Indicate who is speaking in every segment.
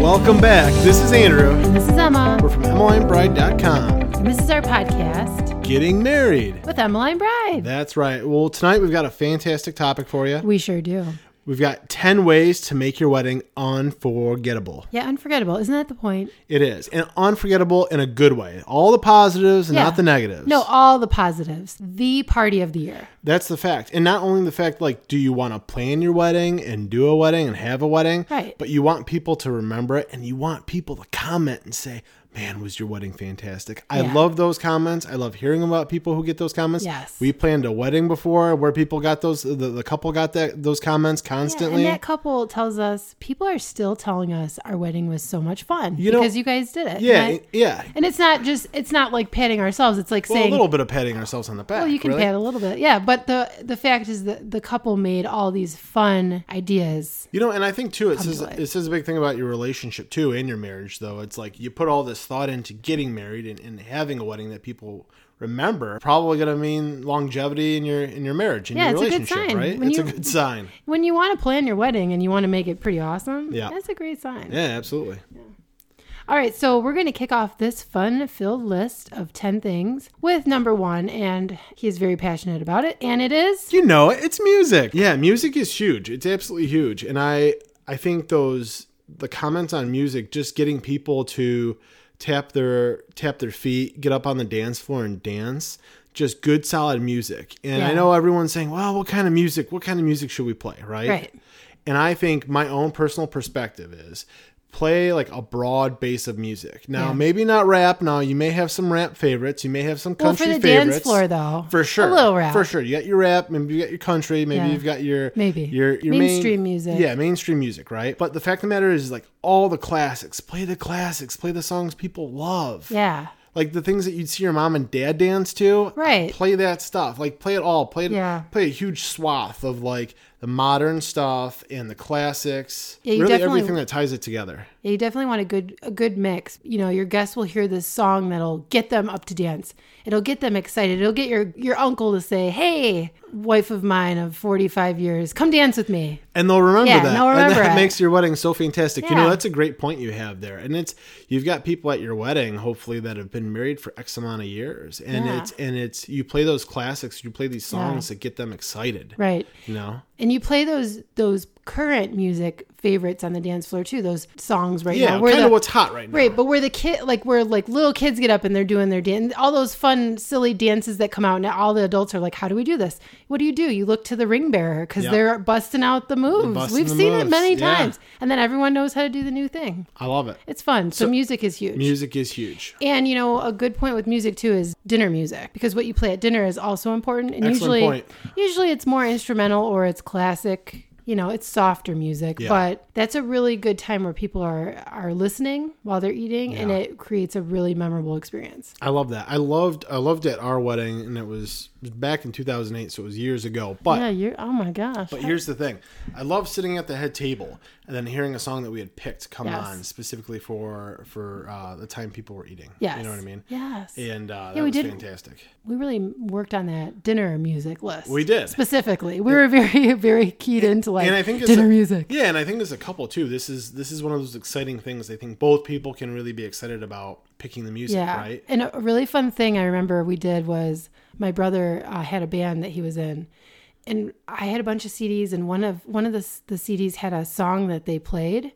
Speaker 1: Welcome back. This is Andrew.
Speaker 2: And this is Emma.
Speaker 1: We're from EmilyandBride.com.
Speaker 2: And this is our podcast
Speaker 1: Getting married.
Speaker 2: with Emmeline Bride.
Speaker 1: That's right. Well, tonight we've got a fantastic topic for you.
Speaker 2: We sure do.
Speaker 1: We've got 10 ways to make your wedding unforgettable.
Speaker 2: Yeah, unforgettable. Isn't that the point?
Speaker 1: It is. And unforgettable in a good way. All the positives,
Speaker 2: Yeah.
Speaker 1: not the negatives.
Speaker 2: No, all the positives. The party of the year.
Speaker 1: That's the fact. And not only the fact, like, do you want to plan your wedding and do a wedding and have a wedding?
Speaker 2: Right.
Speaker 1: But you want people to remember it and you want people to comment and say, man, was your wedding fantastic? I
Speaker 2: Yeah.
Speaker 1: love those comments. I love hearing about people who get those comments.
Speaker 2: Yes.
Speaker 1: We planned a wedding before where people got those, the, the couple got that those comments constantly.
Speaker 2: And that couple tells us people are still telling us our wedding was so much fun
Speaker 1: You know-
Speaker 2: because you guys did it.
Speaker 1: yeah.
Speaker 2: And, I-
Speaker 1: yeah.
Speaker 2: and it's not just it's not like patting ourselves. It's like
Speaker 1: Well, a
Speaker 2: saying
Speaker 1: little bit of patting ourselves on the back.
Speaker 2: Well, you can
Speaker 1: really.
Speaker 2: pat a little bit. Yeah, but the the fact is that the couple made all these fun ideas.
Speaker 1: You know, and I think too, it says
Speaker 2: to life.
Speaker 1: it says a big thing about your relationship too and your marriage though. It's like you put all this thought into getting married and, and having a wedding that people remember. Probably gonna mean longevity in your in your marriage and
Speaker 2: Yeah,
Speaker 1: your
Speaker 2: it's a good
Speaker 1: relationship,
Speaker 2: sign.
Speaker 1: right?
Speaker 2: When
Speaker 1: it's a
Speaker 2: you-
Speaker 1: good sign.
Speaker 2: When you want to plan your wedding and you want to make it pretty awesome,
Speaker 1: Yeah.
Speaker 2: that's a great sign.
Speaker 1: Yeah, absolutely.
Speaker 2: All right, so we're going to kick off this fun filled list of 10 things with number one, and he is very passionate about it, and it is.
Speaker 1: You know, it. it's music. Yeah, music is huge. It's absolutely huge. And I I think those the comments on music just getting people to tap their tap their feet, get up on the dance floor and dance. Just good solid music. And I
Speaker 2: Yeah.
Speaker 1: know everyone's saying, "Well, what kind of music? What kind of music should we play?" Right?
Speaker 2: Right.
Speaker 1: And I think my own personal perspective is play like a broad base of music. Now,
Speaker 2: Yeah.
Speaker 1: maybe not rap. Now, you may have some rap favorites. You may have some
Speaker 2: Well,
Speaker 1: country
Speaker 2: for the
Speaker 1: favorites.
Speaker 2: dance floor, though.
Speaker 1: For sure.
Speaker 2: A little rap.
Speaker 1: For sure. You got your rap, maybe you got your country, maybe
Speaker 2: Yeah.
Speaker 1: you've got your
Speaker 2: Maybe.
Speaker 1: your, your
Speaker 2: Mainstream music.
Speaker 1: Yeah, mainstream music, right? But the fact of the matter is like all the classics. Play the classics, play the songs people love.
Speaker 2: Yeah.
Speaker 1: Like the things that you'd see your mom and dad dance to.
Speaker 2: Right.
Speaker 1: Play that stuff. Like play it all. Play it,
Speaker 2: Yeah.
Speaker 1: play a huge swath of like the modern stuff and the classics.
Speaker 2: Yeah, you
Speaker 1: really
Speaker 2: definitely-
Speaker 1: everything that ties it together.
Speaker 2: Yeah, you definitely want a good a good mix. You know, your guests will hear this song that'll get them up to dance. It'll get them excited. It'll get your your uncle to say, "Hey, wife of mine of 45 years, come dance with me."
Speaker 1: And they'll remember
Speaker 2: Yeah,
Speaker 1: that.
Speaker 2: and they'll
Speaker 1: and that
Speaker 2: remember it.
Speaker 1: makes your wedding so fantastic. You know,
Speaker 2: Yeah.
Speaker 1: that's a great point you have there. And it's you've got people at your wedding, hopefully, that have been married for X amount of years. And
Speaker 2: Yeah.
Speaker 1: it's and it's you play those classics, you play these songs that get them excited.
Speaker 2: Right.
Speaker 1: You know?
Speaker 2: And you play those those current music favorites on the dance floor too. Those songs right
Speaker 1: Yeah,
Speaker 2: now. Where
Speaker 1: kind
Speaker 2: the-
Speaker 1: of what's hot right now.
Speaker 2: Right, but where the kid, like where like little kids get up and they're doing their dance, all those fun, silly dances that come out, and all the adults are like, "How do we do this? What do you do? You look to the ring bearer because
Speaker 1: Yeah.
Speaker 2: they're busting out the moves.
Speaker 1: busting
Speaker 2: We've
Speaker 1: the
Speaker 2: seen
Speaker 1: moves,
Speaker 2: it many
Speaker 1: yeah.
Speaker 2: times, and then everyone knows how to do the new thing.
Speaker 1: I love it.
Speaker 2: It's fun. So, music is huge,
Speaker 1: Music is huge.
Speaker 2: and you know a good point with music too is dinner music because what you play at dinner is also important, and
Speaker 1: Excellent
Speaker 2: usually
Speaker 1: point.
Speaker 2: usually it's more instrumental or it's classic. You know, it's softer music, but that's a really good time where people are are listening while they're eating, and
Speaker 1: Yeah.
Speaker 2: it creates a really memorable experience.
Speaker 1: I love that. I loved I loved at our wedding and it was it was back in 2008 so it was years ago. But
Speaker 2: Yeah, you're. Oh my gosh.
Speaker 1: But here's the thing. I love sitting at the head table and then hearing a song that we had picked come
Speaker 2: Yes.
Speaker 1: on specifically for for uh, the time people were eating.
Speaker 2: yes.
Speaker 1: You know what I mean?
Speaker 2: Yes.
Speaker 1: And uh, that
Speaker 2: we
Speaker 1: was
Speaker 2: did.
Speaker 1: fantastic.
Speaker 2: We really worked on that dinner music list.
Speaker 1: We did.
Speaker 2: specifically. We were very very keyed into like
Speaker 1: and I think it's
Speaker 2: dinner
Speaker 1: a-
Speaker 2: music.
Speaker 1: Yeah, and I think as a couple too, this is this is one of those exciting things I think both people can really be excited about picking the music, right?
Speaker 2: And a really fun thing I remember we did was my brother uh, had a band that he was in, and I had a bunch of CDs, and one of one of the s- the CDs had a song that they played,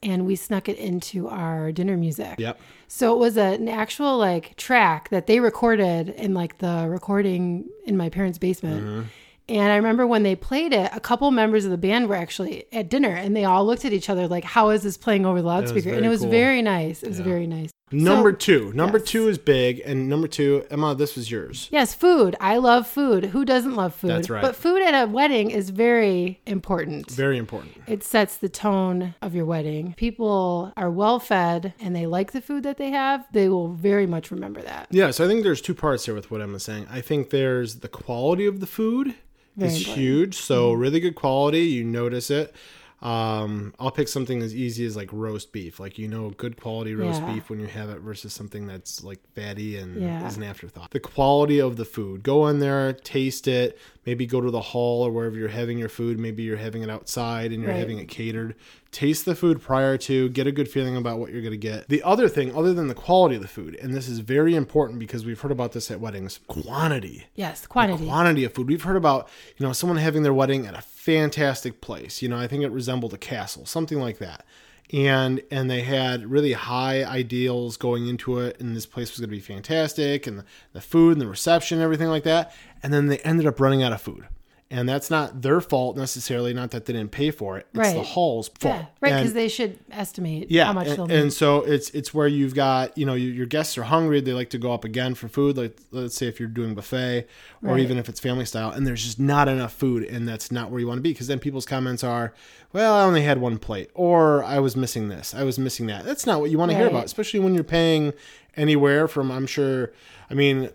Speaker 2: and we snuck it into our dinner music.
Speaker 1: Yep.
Speaker 2: So it was a, an actual like track that they recorded in like the recording in my parents' basement.
Speaker 1: Mm-hmm.
Speaker 2: And I remember when they played it, a couple members of the band were actually at dinner and they all looked at each other like, How is this playing over the loudspeaker? And
Speaker 1: very
Speaker 2: it was
Speaker 1: cool.
Speaker 2: very nice. It was very nice.
Speaker 1: Number two. Number two is big and number two, Emma, this was yours.
Speaker 2: Yes, food. I love food. Who doesn't love food?
Speaker 1: That's right.
Speaker 2: But food at a wedding is very important.
Speaker 1: Very important.
Speaker 2: It sets the tone of your wedding. People are well fed and they like the food that they have. They will very much remember that.
Speaker 1: Yeah, so I think there's two parts here with what Emma's saying. I think there's the quality of the food
Speaker 2: Very
Speaker 1: is
Speaker 2: important. Mm-hmm.
Speaker 1: huge. So really good quality, you notice it. Um, I'll pick something as easy as like roast beef. Like you know, good quality roast
Speaker 2: Yeah.
Speaker 1: beef when you have it versus something that's like fatty and
Speaker 2: Yeah.
Speaker 1: is an afterthought. The quality of the food. Go in there, taste it. Maybe go to the hall or wherever you're having your food. Maybe you're having it outside and you're
Speaker 2: Right.
Speaker 1: having it catered. Taste the food prior to. Get a good feeling about what you're going to get. The other thing, other than the quality of the food, and this is very important because we've heard about this at weddings, quantity
Speaker 2: Yes, quantity.
Speaker 1: quantity of food. We've heard about, you know, someone having their wedding at a fantastic place. You know, I think it resembled a castle, something like that. And and they had really high ideals going into it, and this place was going to be fantastic, and the, the food and the reception, and everything like that. And then they ended up running out of food. And that's not their fault necessarily. Not that they didn't pay for it. It's the
Speaker 2: Right.
Speaker 1: hall's fault.
Speaker 2: yeah, right. Because
Speaker 1: And-
Speaker 2: they should estimate
Speaker 1: yeah,
Speaker 2: how much
Speaker 1: and,
Speaker 2: they'll
Speaker 1: and
Speaker 2: need.
Speaker 1: so it's it's where you've got you know your, your guests are hungry. They like to go up again for food. Like let's say if you're doing buffet or
Speaker 2: Right.
Speaker 1: even if it's family style, and there's just not enough food, and that's not where you want to be. Because then people's comments are, "Well, I only had one plate," or "I was missing this," "I was missing that." That's not what you want to hear
Speaker 2: Right.
Speaker 1: about, especially when you're paying anywhere from I'm sure. I mean.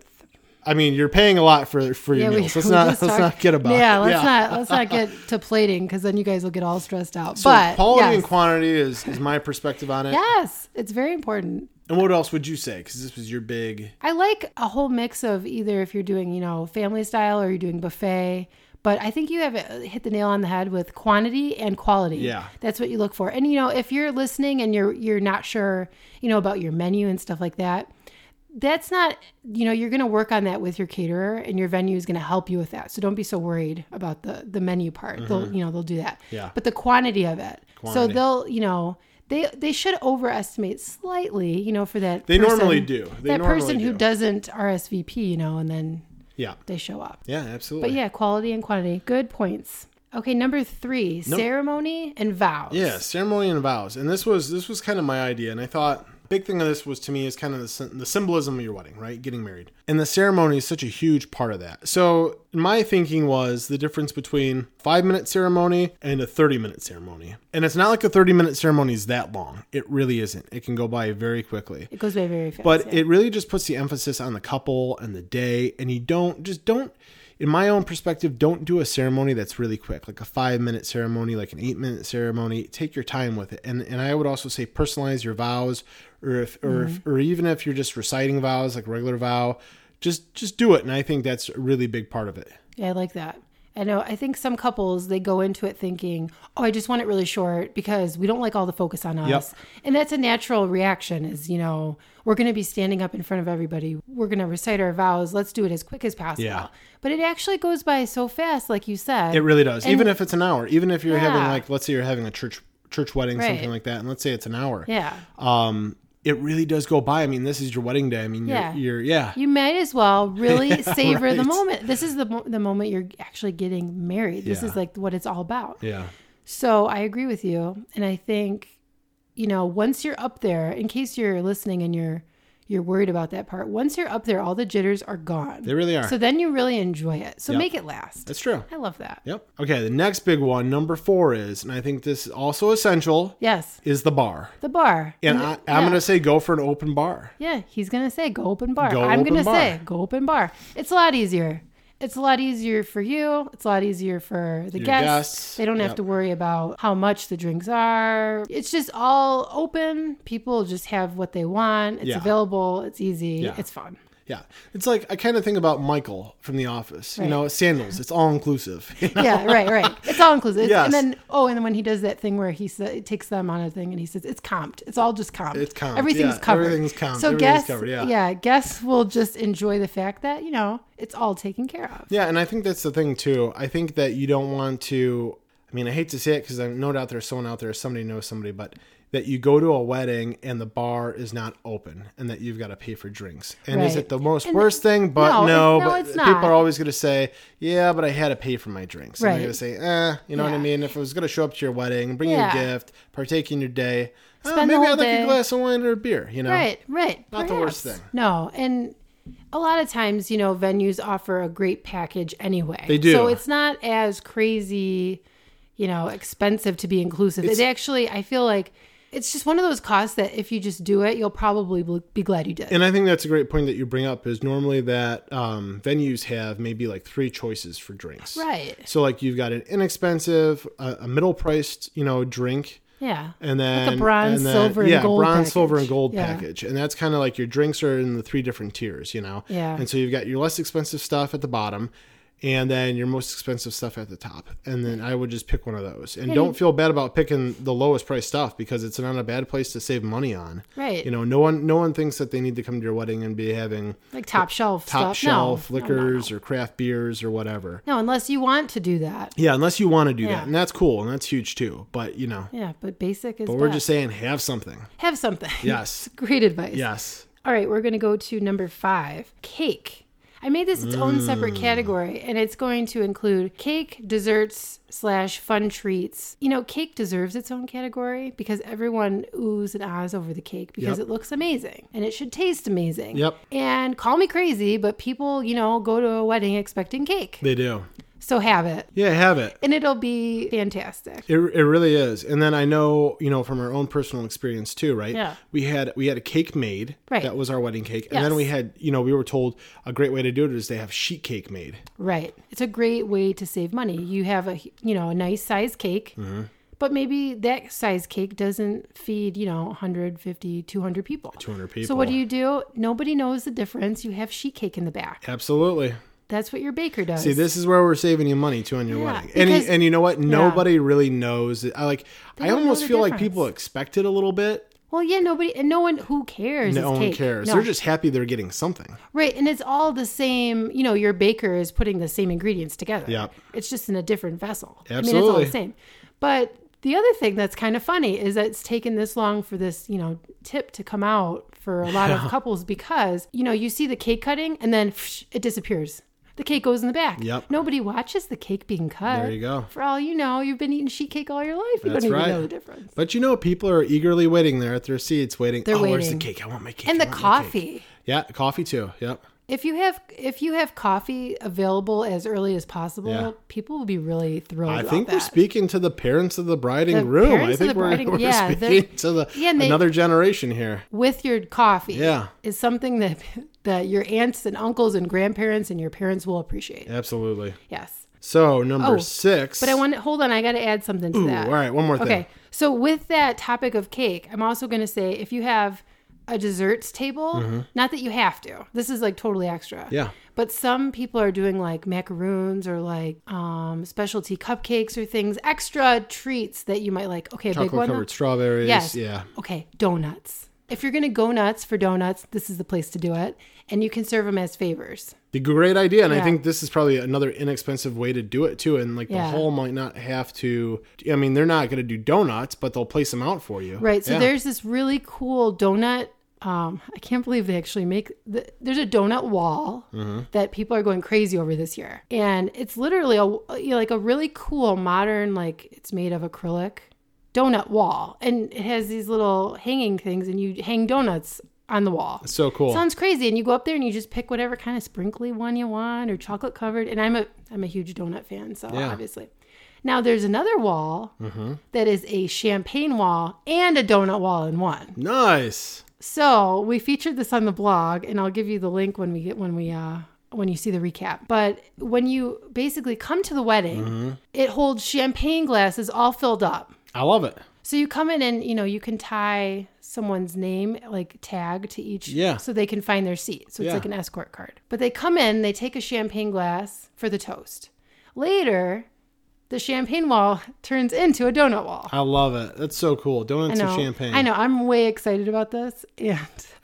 Speaker 1: I mean, you're paying a lot for for your meals. Let's not let's
Speaker 2: just talked-
Speaker 1: not get about
Speaker 2: yeah,
Speaker 1: it.
Speaker 2: let's not let's not get to plating because then you guys will get all stressed out.
Speaker 1: So
Speaker 2: but
Speaker 1: quality
Speaker 2: yes,
Speaker 1: and quantity is, is my perspective on it.
Speaker 2: yes, it's very important.
Speaker 1: And what else would you say? Because this was your big
Speaker 2: I like a whole mix of either if you're doing, you know, family style or you're doing buffet. But I think you have uh, hit the nail on the head with quantity and quality.
Speaker 1: Yeah.
Speaker 2: that's what you look for. And you know, if you're listening and you're you're not sure, you know, about your menu and stuff like that, that's not, you know, you're going to work on that with your caterer, and your venue is going to help you with that. So don't be so worried about the the menu part. They'll, you know, they'll do that.
Speaker 1: Mm-hmm. Yeah.
Speaker 2: But the quantity of it.
Speaker 1: Quantity.
Speaker 2: So they'll, you know. They, they should overestimate slightly, you know, for that.
Speaker 1: They normally do. They
Speaker 2: that
Speaker 1: normally
Speaker 2: person who
Speaker 1: do.
Speaker 2: doesn't RSVP, you know, and then
Speaker 1: Yeah.
Speaker 2: they show up.
Speaker 1: Yeah,
Speaker 2: But
Speaker 1: absolutely.
Speaker 2: yeah, quality and quantity. Good points. Okay, number three, ceremony and vows.
Speaker 1: Yeah, ceremony and vows. And this was this was kind of my idea and I thought big thing of this was to me is kind of the, sym- the symbolism of your wedding, right? Getting married. And the ceremony is such a huge part of that. So, my thinking was the difference between 5-minute ceremony and a 30-minute ceremony. And it's not like a 30-minute ceremony is that long. It really isn't. It can go by very quickly.
Speaker 2: It goes by very fast.
Speaker 1: but
Speaker 2: yeah.
Speaker 1: it really just puts the emphasis on the couple and the day and you don't just don't in my own perspective don't do a ceremony that's really quick like a five minute ceremony like an eight minute ceremony take your time with it and and i would also say personalize your vows or if or
Speaker 2: Mm-hmm.
Speaker 1: if, or even if you're just reciting vows like regular vow just just do it and i think that's a really big part of it
Speaker 2: Yeah, I like that. I know. I think some couples they go into it thinking, "Oh, I just want it really short because we don't like all the focus on us." And that's a natural reaction. Is you know we're going to be standing up in front of everybody. We're going to recite our vows. Let's do it as quick as possible.
Speaker 1: Yeah.
Speaker 2: But it actually goes by so fast, like you said.
Speaker 1: It really does.
Speaker 2: And-
Speaker 1: even if it's an hour, even if you're having
Speaker 2: Yeah.
Speaker 1: like let's say you're having a church church wedding,
Speaker 2: Right.
Speaker 1: something like that, and let's say it's an hour.
Speaker 2: yeah.
Speaker 1: Um it really does go by. I mean, this is your wedding day. I mean,
Speaker 2: Yeah.
Speaker 1: you're, you're yeah.
Speaker 2: You might as well really savor the
Speaker 1: right.
Speaker 2: moment. This is the mo- the moment you're actually getting married. This
Speaker 1: Yeah.
Speaker 2: is like what it's all about.
Speaker 1: Yeah.
Speaker 2: So I agree with you, and I think, you know, once you're up there, in case you're listening and you're you're worried about that part, once you're up there, all the jitters are gone.
Speaker 1: They really are.
Speaker 2: So then you really enjoy it. So
Speaker 1: Yep.
Speaker 2: make it last.
Speaker 1: That's true.
Speaker 2: I love that.
Speaker 1: Yep. Okay, the next big one, number four is, and I think this is also essential,
Speaker 2: Yes,
Speaker 1: is the bar.
Speaker 2: the bar.
Speaker 1: And I, I'm
Speaker 2: Mm, yeah.
Speaker 1: going to say go for an open bar.
Speaker 2: Yeah, he's gonna say go open bar.
Speaker 1: Go
Speaker 2: I'm
Speaker 1: open
Speaker 2: gonna
Speaker 1: bar.
Speaker 2: say go open bar. It's a lot easier. It's a lot easier for you. It's a lot easier for the guests.
Speaker 1: guests,
Speaker 2: They don't have
Speaker 1: yep.
Speaker 2: to worry about how much the drinks are. It's just all open. People just have what they want. It's
Speaker 1: Yeah.
Speaker 2: available. It's easy.
Speaker 1: Yeah.
Speaker 2: It's fun.
Speaker 1: Yeah. It's like, I kind of think about Michael from The Office. You know, sandals, it's all inclusive.
Speaker 2: Yeah, right, right. It's all inclusive. It's-
Speaker 1: Yes.
Speaker 2: And then oh, and then when he does that thing where he sa- it takes them on a thing and he says it's comped. It's all just comped.
Speaker 1: It's comped,
Speaker 2: Everything's
Speaker 1: yeah.
Speaker 2: covered.
Speaker 1: Everything's comped.
Speaker 2: So
Speaker 1: Everything's
Speaker 2: guests,
Speaker 1: covered, yeah.
Speaker 2: guests will just enjoy the fact that you know it's all taken care of.
Speaker 1: Yeah, and I think that's the thing too. I think that you don't want to. I mean, I hate to say it because I'm no doubt there's someone out there, somebody knows somebody, but that you go to a wedding and the bar is not open and that you've got to pay for drinks. And is
Speaker 2: Right.
Speaker 1: it the most
Speaker 2: And-
Speaker 1: worst thing? But
Speaker 2: no,
Speaker 1: no,
Speaker 2: it- no,
Speaker 1: but
Speaker 2: it's
Speaker 1: people
Speaker 2: not.
Speaker 1: are always going to say, yeah, but I had to pay for my drinks. And
Speaker 2: Right.
Speaker 1: they're going to say, eh, you know what I
Speaker 2: Yeah.
Speaker 1: mean? If I was going to show up to your wedding, bring
Speaker 2: Yeah.
Speaker 1: you a gift, partake in your day, oh,
Speaker 2: Spend the
Speaker 1: maybe
Speaker 2: whole
Speaker 1: I'd like a
Speaker 2: day.
Speaker 1: glass of wine or a beer, you know?
Speaker 2: Right, right.
Speaker 1: Not the worst thing.
Speaker 2: No, and a lot of times, you know, venues offer a great package anyway.
Speaker 1: They do.
Speaker 2: So it's not as crazy, you know, expensive to be inclusive. It actually, I feel like it's just one of those costs that if you just do it, you'll probably bl- be glad you did.
Speaker 1: And I think that's a great point that you bring up is normally that um, venues have maybe like three choices for drinks.
Speaker 2: right.
Speaker 1: So like you've got an inexpensive, a, a middle priced, you know, drink,
Speaker 2: Yeah.
Speaker 1: and then
Speaker 2: bronze,
Speaker 1: and then-
Speaker 2: silver, and
Speaker 1: yeah,
Speaker 2: gold
Speaker 1: bronze,
Speaker 2: package.
Speaker 1: silver, and gold
Speaker 2: Yeah.
Speaker 1: package, and that's kind of like your drinks are in the three different tiers, you know.
Speaker 2: Yeah.
Speaker 1: And so you've got your less expensive stuff at the bottom, and then your most expensive stuff at the top, and then I would just pick one of those, and don't feel bad about picking the lowest price stuff because it's not a bad place to save money on.
Speaker 2: Right.
Speaker 1: You know, no one no one thinks that they need to come to your wedding and be having
Speaker 2: like top shelf
Speaker 1: top
Speaker 2: stuff.
Speaker 1: shelf
Speaker 2: no, no, no,
Speaker 1: liquors or craft beers or whatever.
Speaker 2: no. no, unless you want to do that.
Speaker 1: Yeah, unless you want to do
Speaker 2: Yeah.
Speaker 1: that, and that's cool, and that's huge too. But you know,
Speaker 2: Yeah, but basic is.
Speaker 1: but we're just saying have something.
Speaker 2: have something.
Speaker 1: Yes.
Speaker 2: It's great advice.
Speaker 1: Yes.
Speaker 2: All right, we're going to go to number five cake. I made this its own
Speaker 1: Mm.
Speaker 2: separate category, and it's going to include cake, desserts, slash fun treats. You know, cake deserves its own category because everyone oohs and ahs over the cake because
Speaker 1: Yep.
Speaker 2: it looks amazing and it should taste amazing.
Speaker 1: Yep.
Speaker 2: And call me crazy, but people, you know, go to a wedding expecting cake.
Speaker 1: They do.
Speaker 2: So have it,
Speaker 1: Yeah, have it.
Speaker 2: and it'll be fantastic.
Speaker 1: It, it really is. And then I know, you know, from our own personal experience too, right?
Speaker 2: Yeah.
Speaker 1: We had we had a cake made.
Speaker 2: Right.
Speaker 1: That was our wedding cake. And then
Speaker 2: Yes.
Speaker 1: we had, you know, we were told a great way to do it is to have sheet cake made.
Speaker 2: Right. It's a great way to save money. You have a you know a nice size cake.
Speaker 1: Mm-hmm.
Speaker 2: But maybe that size cake doesn't feed, you know, 150, 200 people.
Speaker 1: 200 people.
Speaker 2: So what do you do? Nobody knows the difference. You have sheet cake in the back.
Speaker 1: Absolutely.
Speaker 2: That's what your baker does.
Speaker 1: See, this is where we're saving you money too on your
Speaker 2: Yeah,
Speaker 1: wedding. And you-
Speaker 2: because-
Speaker 1: and you know what? Nobody really knows. it. I like I
Speaker 2: don't know
Speaker 1: almost
Speaker 2: the
Speaker 1: feel like
Speaker 2: difference.
Speaker 1: people expect it a little bit.
Speaker 2: well, yeah, nobody and no one who cares.
Speaker 1: No
Speaker 2: it's
Speaker 1: one
Speaker 2: cake.
Speaker 1: cares.
Speaker 2: No.
Speaker 1: They're just happy they're getting something.
Speaker 2: right, and it's all the same. You know, your baker is putting the same ingredients together.
Speaker 1: Yep.
Speaker 2: It's just in a different vessel. I mean, it's all
Speaker 1: Absolutely.
Speaker 2: the same. But the other thing that's kind of funny is that it's taken this long for this, you know, tip to come out for a lot of couples because, you know, you see the cake cutting and then psh, it disappears. The cake goes in the back.
Speaker 1: Yep.
Speaker 2: Nobody watches the cake being cut.
Speaker 1: There you go.
Speaker 2: For all you know, you've been eating sheet cake all your life. You
Speaker 1: That's
Speaker 2: don't even
Speaker 1: right.
Speaker 2: know the difference.
Speaker 1: But you know, people are eagerly waiting there at their seats, waiting.
Speaker 2: They're
Speaker 1: oh, where's the
Speaker 2: waiting.
Speaker 1: cake? I want my cake.
Speaker 2: And
Speaker 1: I
Speaker 2: the
Speaker 1: want my cake."
Speaker 2: coffee.
Speaker 1: Yeah, coffee too. Yep.
Speaker 2: If you have if you have coffee available as early as possible,
Speaker 1: Yeah.
Speaker 2: people will be really thrilled.
Speaker 1: I
Speaker 2: about
Speaker 1: think we're
Speaker 2: that.
Speaker 1: speaking to the parents of the bride and
Speaker 2: The
Speaker 1: groom. I
Speaker 2: parents of
Speaker 1: think
Speaker 2: the
Speaker 1: we're,
Speaker 2: bride and-
Speaker 1: we're
Speaker 2: yeah, they're-
Speaker 1: speaking to the
Speaker 2: Yeah, and they-
Speaker 1: another generation here.
Speaker 2: with your coffee
Speaker 1: Yeah.
Speaker 2: is something that that your aunts and uncles and grandparents and your parents will appreciate.
Speaker 1: Absolutely.
Speaker 2: Yes.
Speaker 1: So number
Speaker 2: Oh,
Speaker 1: six.
Speaker 2: But I want to hold on, I got to add something to that.
Speaker 1: all right, one more thing.
Speaker 2: Okay. So with that topic of cake, I'm also going to say if you have a desserts table, not that you have to. This is like totally extra.
Speaker 1: Mm-hmm. Yeah.
Speaker 2: But some people are doing like macaroons or like um, specialty cupcakes or things, extra treats that you might like. Okay, a
Speaker 1: Chocolate
Speaker 2: big one.
Speaker 1: covered strawberries.
Speaker 2: Yes.
Speaker 1: Yeah.
Speaker 2: Okay, donuts. If you're going to go nuts for donuts, this is the place to do it. And you can serve them as favors.
Speaker 1: The great idea, and I
Speaker 2: Yeah.
Speaker 1: think this is probably another inexpensive way to do it too. And like the
Speaker 2: Yeah.
Speaker 1: hall might not have to. I mean, they're not going to do donuts, but they'll place them out for you.
Speaker 2: Right. So
Speaker 1: Yeah.
Speaker 2: there's this really cool donut. Um, I can't believe they actually make. The, there's a donut wall
Speaker 1: Mm-hmm.
Speaker 2: that people are going crazy over this year, and it's literally a you know, like a really cool modern like it's made of acrylic donut wall, and it has these little hanging things, and you hang donuts on the wall.
Speaker 1: so cool.
Speaker 2: Sounds crazy, and you go up there and you just pick whatever kind of sprinkly one you want or chocolate covered. And I'm a I'm a huge donut fan, so
Speaker 1: Yeah. Mm-hmm.
Speaker 2: obviously. Now there's another wall that is a champagne wall and a donut wall in one.
Speaker 1: nice.
Speaker 2: So we featured this on the blog, and I'll give you the link when we get when we uh when you see the recap. But when you basically come to the wedding,
Speaker 1: Mm-hmm.
Speaker 2: it holds champagne glasses all filled up.
Speaker 1: I love it.
Speaker 2: So you come in and you know you can tie someone's name like tag to each
Speaker 1: Yeah.
Speaker 2: so they can find their seat. So it's
Speaker 1: Yeah.
Speaker 2: like an escort card. But they come in, they take a champagne glass for the toast. Later, the champagne wall turns into a donut wall.
Speaker 1: I love it. That's so cool. Donuts and champagne.
Speaker 2: I know. I'm way excited about this, and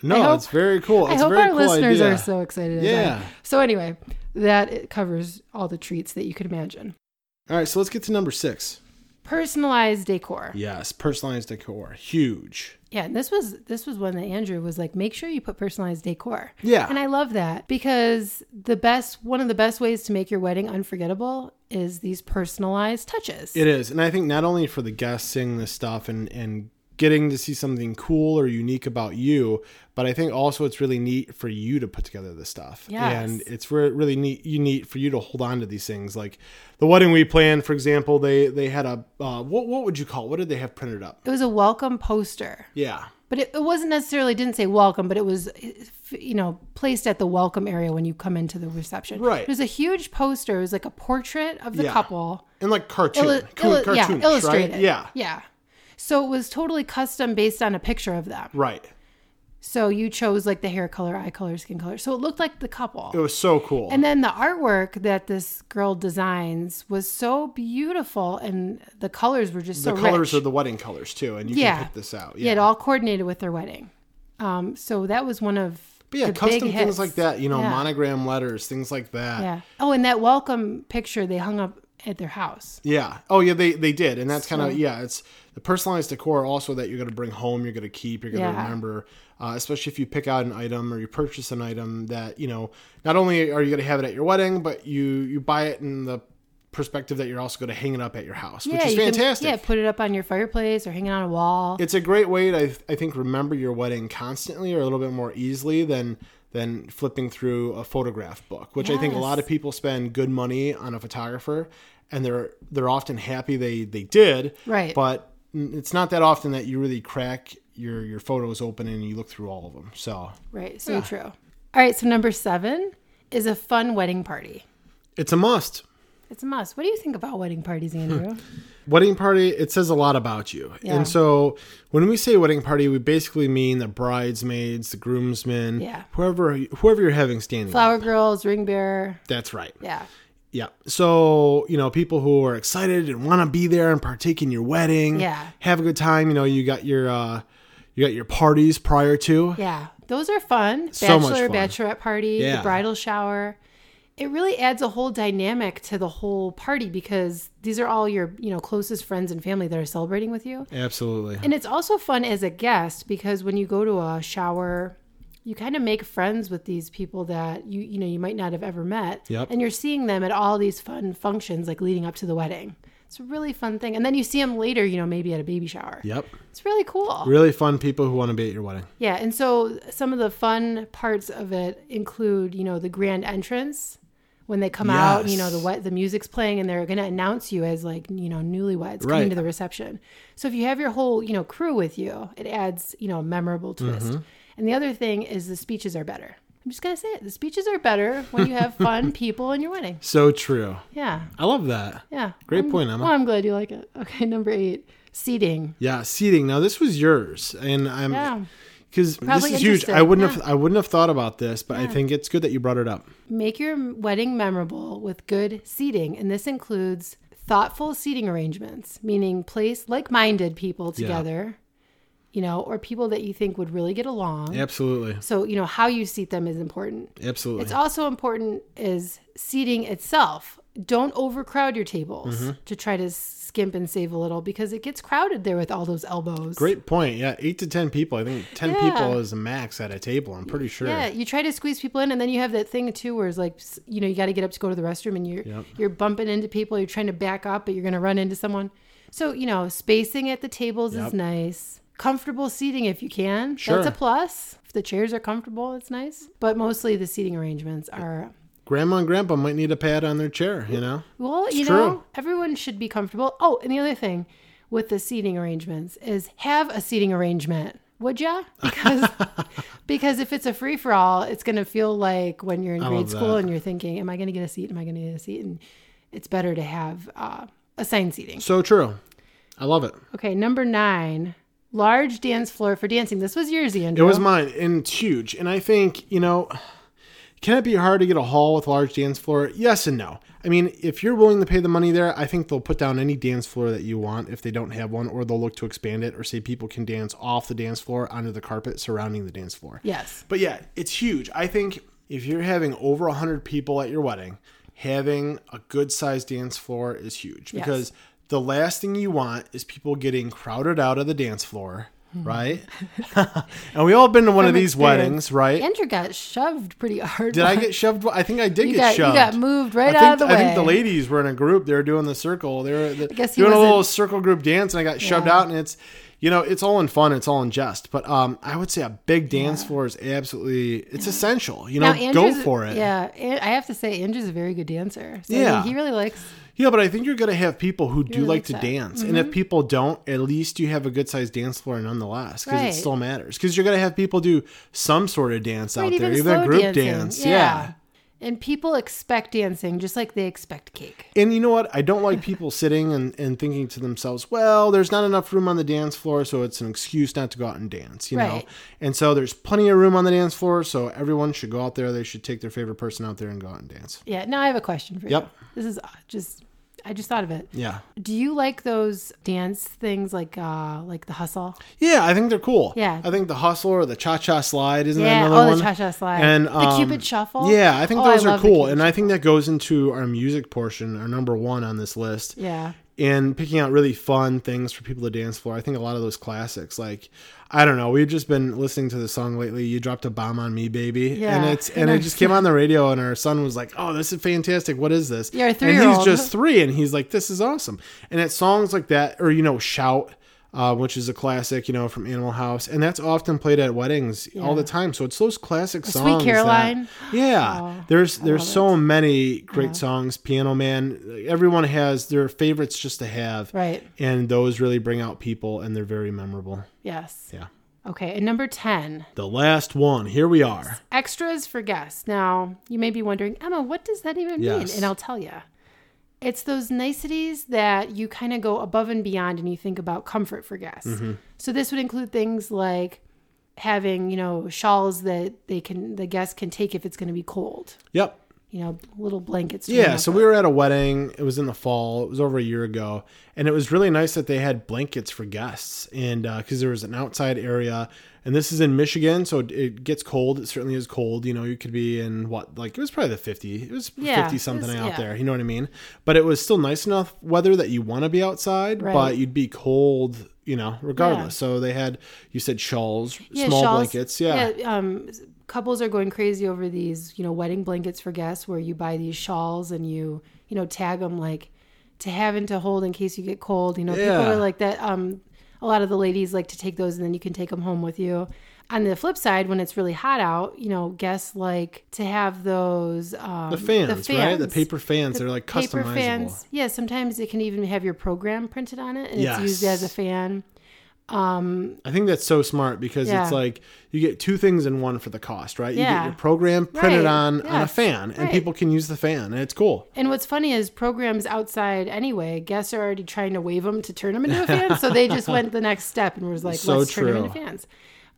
Speaker 1: No,
Speaker 2: I hope,
Speaker 1: it's very cool.
Speaker 2: I
Speaker 1: It's a
Speaker 2: hope
Speaker 1: very
Speaker 2: our
Speaker 1: cool
Speaker 2: listeners
Speaker 1: idea.
Speaker 2: are so excited. as I am.
Speaker 1: Yeah.
Speaker 2: So anyway, that it covers all the treats that you could imagine.
Speaker 1: All right, so let's get to number six.
Speaker 2: Personalized decor.
Speaker 1: Yes, personalized decor, huge.
Speaker 2: Yeah, and this was this was one that Andrew was like, make sure you put personalized decor.
Speaker 1: Yeah.
Speaker 2: And I love that because the best one of the best ways to make your wedding unforgettable is these personalized touches.
Speaker 1: It is, and I think not only for the guests seeing this stuff and and getting to see something cool or unique about you. But I think also it's really neat for you to put together this stuff.
Speaker 2: Yes.
Speaker 1: And it's re- really neat, you neat for you to hold on to these things. Like the wedding we planned, for example, they they had a uh, what what would you call? It? What did they have printed up?
Speaker 2: It was a welcome poster,
Speaker 1: Yeah,
Speaker 2: but it, it wasn't necessarily didn't say welcome, but it was you know placed at the welcome area when you come into the reception.
Speaker 1: Right.
Speaker 2: It was a huge poster. It was like a portrait of the
Speaker 1: Yeah.
Speaker 2: couple.
Speaker 1: and like cartoon,
Speaker 2: Illu-
Speaker 1: cool
Speaker 2: illu- yeah,
Speaker 1: cartoonish,
Speaker 2: illustrated.
Speaker 1: right? Yeah,
Speaker 2: Yeah. So it was totally custom based on a picture of them.
Speaker 1: right.
Speaker 2: So you chose like the hair color, eye color, skin color. So it looked like the couple.
Speaker 1: It was so cool.
Speaker 2: And then the artwork that this girl designs was so beautiful, and the colors were just
Speaker 1: the
Speaker 2: so
Speaker 1: colors
Speaker 2: rich.
Speaker 1: are the wedding colors too, and you
Speaker 2: Yeah.
Speaker 1: can pick this out.
Speaker 2: yeah, it all coordinated with their wedding. Um, so that was one of
Speaker 1: But yeah,
Speaker 2: the
Speaker 1: custom
Speaker 2: big
Speaker 1: things
Speaker 2: hits.
Speaker 1: like that, you know,
Speaker 2: Yeah.
Speaker 1: monogram letters, things like that.
Speaker 2: Yeah. Oh, and that welcome picture they hung up at their house.
Speaker 1: Yeah. Oh yeah, they they did, and that's kind of yeah. It's the personalized decor also that you're going to bring home, you're going to keep, you're going to
Speaker 2: Yeah.
Speaker 1: remember, uh, especially if you pick out an item or you purchase an item that you know. Not only are you going to have it at your wedding, but you you buy it in the perspective that you're also going to hang it up at your house, which
Speaker 2: yeah,
Speaker 1: is
Speaker 2: you can-
Speaker 1: fantastic.
Speaker 2: yeah, put it up on your fireplace or hang it on a wall.
Speaker 1: It's a great way to I, I think remember your wedding constantly or a little bit more easily than than flipping through a photograph book, which I think a lot of people spend good money on a photographer and they're they're often happy they they did.
Speaker 2: Right.
Speaker 1: But it's not that often that you really crack your your photos open and you look through all of them. So
Speaker 2: right. So true. All right. So number seven is a fun wedding party.
Speaker 1: it's a must.
Speaker 2: It's a must. What do you think about wedding parties, Andrew?
Speaker 1: Wedding party, it says a lot about you.
Speaker 2: Yeah.
Speaker 1: And so when we say wedding party, we basically mean the bridesmaids, the groomsmen,
Speaker 2: Yeah.
Speaker 1: whoever whoever you're having standing.
Speaker 2: Flower girls, ring bearer.
Speaker 1: That's right.
Speaker 2: Yeah.
Speaker 1: Yeah. So, you know, people who are excited and want to be there and partake in your wedding.
Speaker 2: Yeah.
Speaker 1: Have a good time. You know, you got your uh you got your parties prior to.
Speaker 2: Yeah, those are fun. Bachelor,
Speaker 1: So much fun.
Speaker 2: bachelorette party,
Speaker 1: Yeah.
Speaker 2: the bridal shower. It really adds a whole dynamic to the whole party because these are all your, you know, closest friends and family that are celebrating with you.
Speaker 1: Absolutely.
Speaker 2: And it's also fun as a guest because when you go to a shower, you kind of make friends with these people that you you know you might not have ever met.
Speaker 1: Yep.
Speaker 2: And you're seeing them at all these fun functions like leading up to the wedding. It's a really fun thing. And then you see them later, you know, maybe at a baby shower.
Speaker 1: yep.
Speaker 2: It's really cool.
Speaker 1: Really fun people who want to be at your wedding.
Speaker 2: Yeah, and so some of the fun parts of it include, you know, the grand entrance when they come out, you know, the
Speaker 1: Yes.
Speaker 2: what the music's playing and they're going to announce you as like, you know, newlyweds
Speaker 1: Right.
Speaker 2: coming to the reception. So if you have your whole, you know, crew with you, it adds, you know, a memorable twist.
Speaker 1: Mm-hmm.
Speaker 2: And the other thing is the speeches are better. I'm just going to say it. The speeches are better when you have fun people in your wedding.
Speaker 1: So true.
Speaker 2: Yeah.
Speaker 1: I love that.
Speaker 2: Yeah.
Speaker 1: Great
Speaker 2: I'm-
Speaker 1: point, Emma.
Speaker 2: Well, I'm glad you like it. Okay, number 8, seating.
Speaker 1: Yeah, seating. Now this was yours, and I'm
Speaker 2: Yeah.
Speaker 1: because this
Speaker 2: Probably
Speaker 1: is huge.
Speaker 2: interested.
Speaker 1: I wouldn't
Speaker 2: Yeah.
Speaker 1: have I wouldn't have thought about this, but I think it's good that you brought it up.
Speaker 2: Make your wedding memorable with good seating, and this includes thoughtful seating arrangements, meaning place like minded people together, you know, or people that you think would really get along.
Speaker 1: Absolutely,
Speaker 2: So, you know, how you seat them is important.
Speaker 1: absolutely.
Speaker 2: It's also important is seating itself. Don't overcrowd your tables to try to skimp and save a little because it gets crowded there with all those elbows.
Speaker 1: Great point. Yeah, eight to ten people. I think ten
Speaker 2: Yeah.
Speaker 1: people is the max at a table. I'm pretty sure.
Speaker 2: Yeah, you try to squeeze people in, and then you have that thing too, where it's like s- you know you got to get up to go to the restroom, and you're you're bumping into people. You're trying to back up, but you're going to run into someone. So you know, spacing at the tables
Speaker 1: Yep.
Speaker 2: is nice. Comfortable seating if you can,
Speaker 1: Sure.
Speaker 2: that's a plus. If the chairs are comfortable, it's nice. But mostly the seating arrangements are
Speaker 1: Grandma and grandpa might need a pad on their chair. You know.
Speaker 2: well, you
Speaker 1: true.
Speaker 2: know, everyone should be comfortable. Oh, and the other thing with the seating arrangements is have a seating arrangement, would ya? Because because if it's a free for all, it's gonna feel like when you're in grade
Speaker 1: love
Speaker 2: school
Speaker 1: that.
Speaker 2: and you're thinking, "Am I gonna get a seat? Am I gonna get a seat?" And it's better to have uh, assigned seating.
Speaker 1: So true. I love it.
Speaker 2: Okay, number nine, large dance floor for dancing. This was yours,
Speaker 1: It
Speaker 2: Andrew.
Speaker 1: was mine, and it's huge. And I think, you know, can it be hard to get a hall with a large dance floor? Yes and no. I mean, if you're willing to pay the money there, I think they'll put down any dance floor that you want if they don't have one, or they'll look to expand it or say people can dance off the dance floor onto the carpet surrounding the dance floor.
Speaker 2: yes.
Speaker 1: But yeah, it's huge. I think if you're having over 100 people at your wedding, having a good sized dance floor is huge because the last thing you want is people getting crowded out of the dance floor,
Speaker 2: Hmm.
Speaker 1: right? and we all been to one of these
Speaker 2: experience.
Speaker 1: weddings, right?
Speaker 2: Andrew got shoved pretty hard.
Speaker 1: did I get shoved? I think I did
Speaker 2: you
Speaker 1: get
Speaker 2: got,
Speaker 1: shoved.
Speaker 2: You got moved right
Speaker 1: I think,
Speaker 2: out of the way.
Speaker 1: I think the ladies were in a group. They were doing the circle. They were the,
Speaker 2: guess he
Speaker 1: doing a
Speaker 2: wasn't-
Speaker 1: little circle group dance, and I got shoved
Speaker 2: Yeah.
Speaker 1: out. And it's, you know, it's all in fun, it's all in jest. But um, I would say a big dance floor is absolutely it's essential. You know, go
Speaker 2: Andrew's-
Speaker 1: for it.
Speaker 2: Yeah, An- I have to say, Andrew's a very good dancer. So I mean,
Speaker 1: Yeah.
Speaker 2: he really likes.
Speaker 1: Yeah, but I think you're gonna have people who do
Speaker 2: really
Speaker 1: like
Speaker 2: like
Speaker 1: to
Speaker 2: that. Mm-hmm.
Speaker 1: dance, and if people don't, at least you have a good sized dance floor nonetheless, because it
Speaker 2: Right.
Speaker 1: still matters. Because you're gonna have people do some sort of dance out
Speaker 2: Right,
Speaker 1: there,
Speaker 2: even
Speaker 1: even a
Speaker 2: slow
Speaker 1: group
Speaker 2: dancing.
Speaker 1: dance. yeah,
Speaker 2: yeah, and people expect dancing just like they expect cake.
Speaker 1: And you know what? I don't like people sitting and, and thinking to themselves, well, there's not enough room on the dance floor, so it's an excuse not to go out and dance, you know?
Speaker 2: Right.
Speaker 1: And so there's plenty of room on the dance floor, so everyone should go out there. They should take their favorite person out there and go out and dance.
Speaker 2: Yeah. Now I have a question for
Speaker 1: Yep.
Speaker 2: you. This is uh, just I just thought of it.
Speaker 1: Yeah.
Speaker 2: Do you like those dance things like uh like the hustle?
Speaker 1: Yeah, I think they're cool.
Speaker 2: Yeah.
Speaker 1: I think the hustler or the cha cha slide, isn't that
Speaker 2: Yeah.
Speaker 1: another
Speaker 2: Oh,
Speaker 1: one?
Speaker 2: the cha cha slide.
Speaker 1: And
Speaker 2: the
Speaker 1: um,
Speaker 2: cupid shuffle.
Speaker 1: Yeah, I think
Speaker 2: Oh,
Speaker 1: those are
Speaker 2: love the
Speaker 1: cool.
Speaker 2: Cupid
Speaker 1: And I think that goes into our music portion, our number one on this list.
Speaker 2: shuffle. yeah.
Speaker 1: and picking out really fun things for people to dance for. I think a lot of those classics, like I don't know, we've just been listening to the song lately. You dropped a bomb on me, baby, and
Speaker 2: Yeah.
Speaker 1: it's and it just came on the radio, and our son was like, "Oh, this is fantastic! What is this?"
Speaker 2: Yeah, our
Speaker 1: and he's
Speaker 2: three-year-old.
Speaker 1: just three, and he's like, "This is awesome!" And it's songs like that, or you know, shout. Uh, which is a classic, you know, from Animal House, and that's often played at weddings all the time. So it's those classic songs. that-
Speaker 2: Caroline.
Speaker 1: yeah,
Speaker 2: Oh,
Speaker 1: there's there's so many great songs. Piano Man. Everyone has their favorites just to have,
Speaker 2: Right.
Speaker 1: and those really bring out people, and they're very memorable.
Speaker 2: Yes.
Speaker 1: Yeah.
Speaker 2: Okay. And number ten,
Speaker 1: The last one. Here we are.
Speaker 2: extras for guests. Now you may be wondering, Emma, what does that even
Speaker 1: Yes.
Speaker 2: mean? And I'll tell you. It's those niceties that you kind of go above and beyond and you think about comfort for guests.
Speaker 1: Mm-hmm.
Speaker 2: So this would include things like having, you know, shawls that they can the guests can take if it's going to be cold.
Speaker 1: Yep.
Speaker 2: You know, little blankets. to
Speaker 1: Yeah.
Speaker 2: wrap
Speaker 1: So
Speaker 2: up.
Speaker 1: we were at a wedding. It was in the fall. It was over a year ago, and it was really nice that they had blankets for guests, and because there was an outside area. And this is in Michigan, so it- it gets cold. It certainly is cold. You know, you could be in what, like, it was probably the 50. It was
Speaker 2: Yeah,
Speaker 1: 50 something
Speaker 2: it was-
Speaker 1: out
Speaker 2: yeah.
Speaker 1: there. You know what I mean? But it was still nice enough weather that you want to be outside,
Speaker 2: Right.
Speaker 1: but you'd be cold, you know, regardless.
Speaker 2: Yeah.
Speaker 1: So they had, you said shawls,
Speaker 2: Yeah,
Speaker 1: small
Speaker 2: shawls-
Speaker 1: blankets. Yeah.
Speaker 2: um, couples are going crazy over these, you know, wedding blankets for guests where you buy these shawls and you, you know, tag them like to have and to hold in case you get cold. You know,
Speaker 1: Yeah.
Speaker 2: people are like that. Um, a lot of the ladies like to take those and then you can take them home with you. On the flip side, when it's really hot out, you know, guests like to have those um,
Speaker 1: The, fans, right? The
Speaker 2: fans.
Speaker 1: paper fans. they're like
Speaker 2: Paper
Speaker 1: customizable.
Speaker 2: fans. Yeah, sometimes it can even have your program printed on it and it's used
Speaker 1: Yes.
Speaker 2: as a fan.
Speaker 1: I think that's so smart because
Speaker 2: Yeah.
Speaker 1: it's like you get two things in one for the cost, right? You get
Speaker 2: Yeah.
Speaker 1: your program printed
Speaker 2: Right.
Speaker 1: on on a
Speaker 2: Yes.
Speaker 1: fan, and
Speaker 2: Right.
Speaker 1: people can use the fan, and it's cool.
Speaker 2: And what's funny is programs outside anyway, guests are already trying to wave them to turn them into a fan. so they just went the next step and was like,
Speaker 1: So
Speaker 2: let's turn them into
Speaker 1: true.
Speaker 2: fans.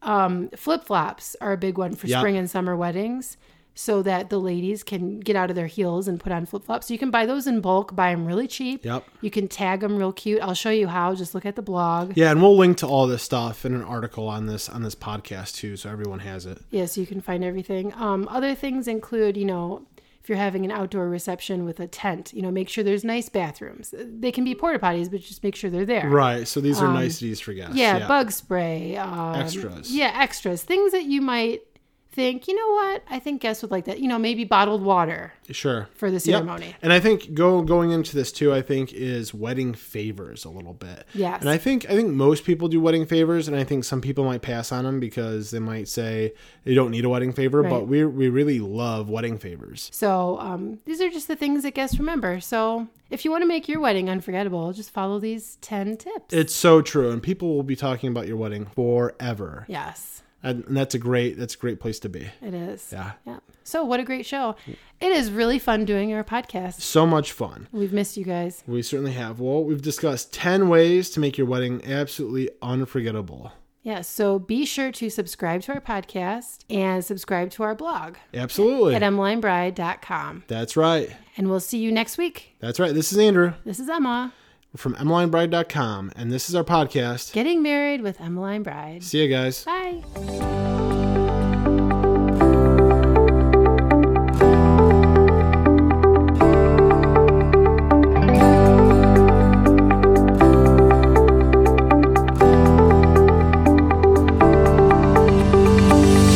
Speaker 2: Um, Flip flops are a big one for
Speaker 1: Yep.
Speaker 2: spring and summer weddings so that the ladies can get out of their heels and put on flip flops. So you can buy those in bulk, buy them really cheap.
Speaker 1: Yep.
Speaker 2: You can tag them real cute. I'll show you how. Just look at the blog.
Speaker 1: Yeah, and we'll link to all this stuff in an article on this on this podcast too, so everyone has it.
Speaker 2: Yes, you can find everything. Um, other things include, you know, if you're having an outdoor reception with a tent, you know, make sure there's nice bathrooms. They can be porta potties, but just make sure they're there.
Speaker 1: Right. So these are niceties for guests.
Speaker 2: Um, Yeah, bug spray. Um,
Speaker 1: Extras.
Speaker 2: Yeah, extras. Things that you might think, you know what? I think guests would like that. You know, maybe bottled water.
Speaker 1: sure
Speaker 2: for the
Speaker 1: Yep.
Speaker 2: ceremony.
Speaker 1: And I think go going into this too, I think is wedding favors a little bit.
Speaker 2: Yes.
Speaker 1: And I think I think most people do wedding favors, and I think some people might pass on them because they might say they don't need a wedding favor, but
Speaker 2: Right.
Speaker 1: we we really love wedding favors.
Speaker 2: So um, these are just the things that guests remember. So if you want to make your wedding unforgettable, just follow these 10 tips.
Speaker 1: It's so true, and people will be talking about your wedding forever,
Speaker 2: yes,
Speaker 1: and, and that's a great that's a great place to be.
Speaker 2: it is.
Speaker 1: Yeah,
Speaker 2: Yeah. So what a great show. It is really fun doing our podcast.
Speaker 1: so much fun.
Speaker 2: We've missed you guys.
Speaker 1: We certainly have. Well, we've discussed ten ways to make your wedding absolutely unforgettable.
Speaker 2: Yeah. So be sure to subscribe to our podcast and subscribe to our blog
Speaker 1: Absolutely.
Speaker 2: at emlinebride.com.
Speaker 1: That's right.
Speaker 2: And we'll see you next week.
Speaker 1: That's right. This is Andrew.
Speaker 2: This is Emma,
Speaker 1: from emlinebride.com, and this is our podcast.
Speaker 2: getting married with Emmeline Bride.
Speaker 1: See you guys.
Speaker 2: Bye.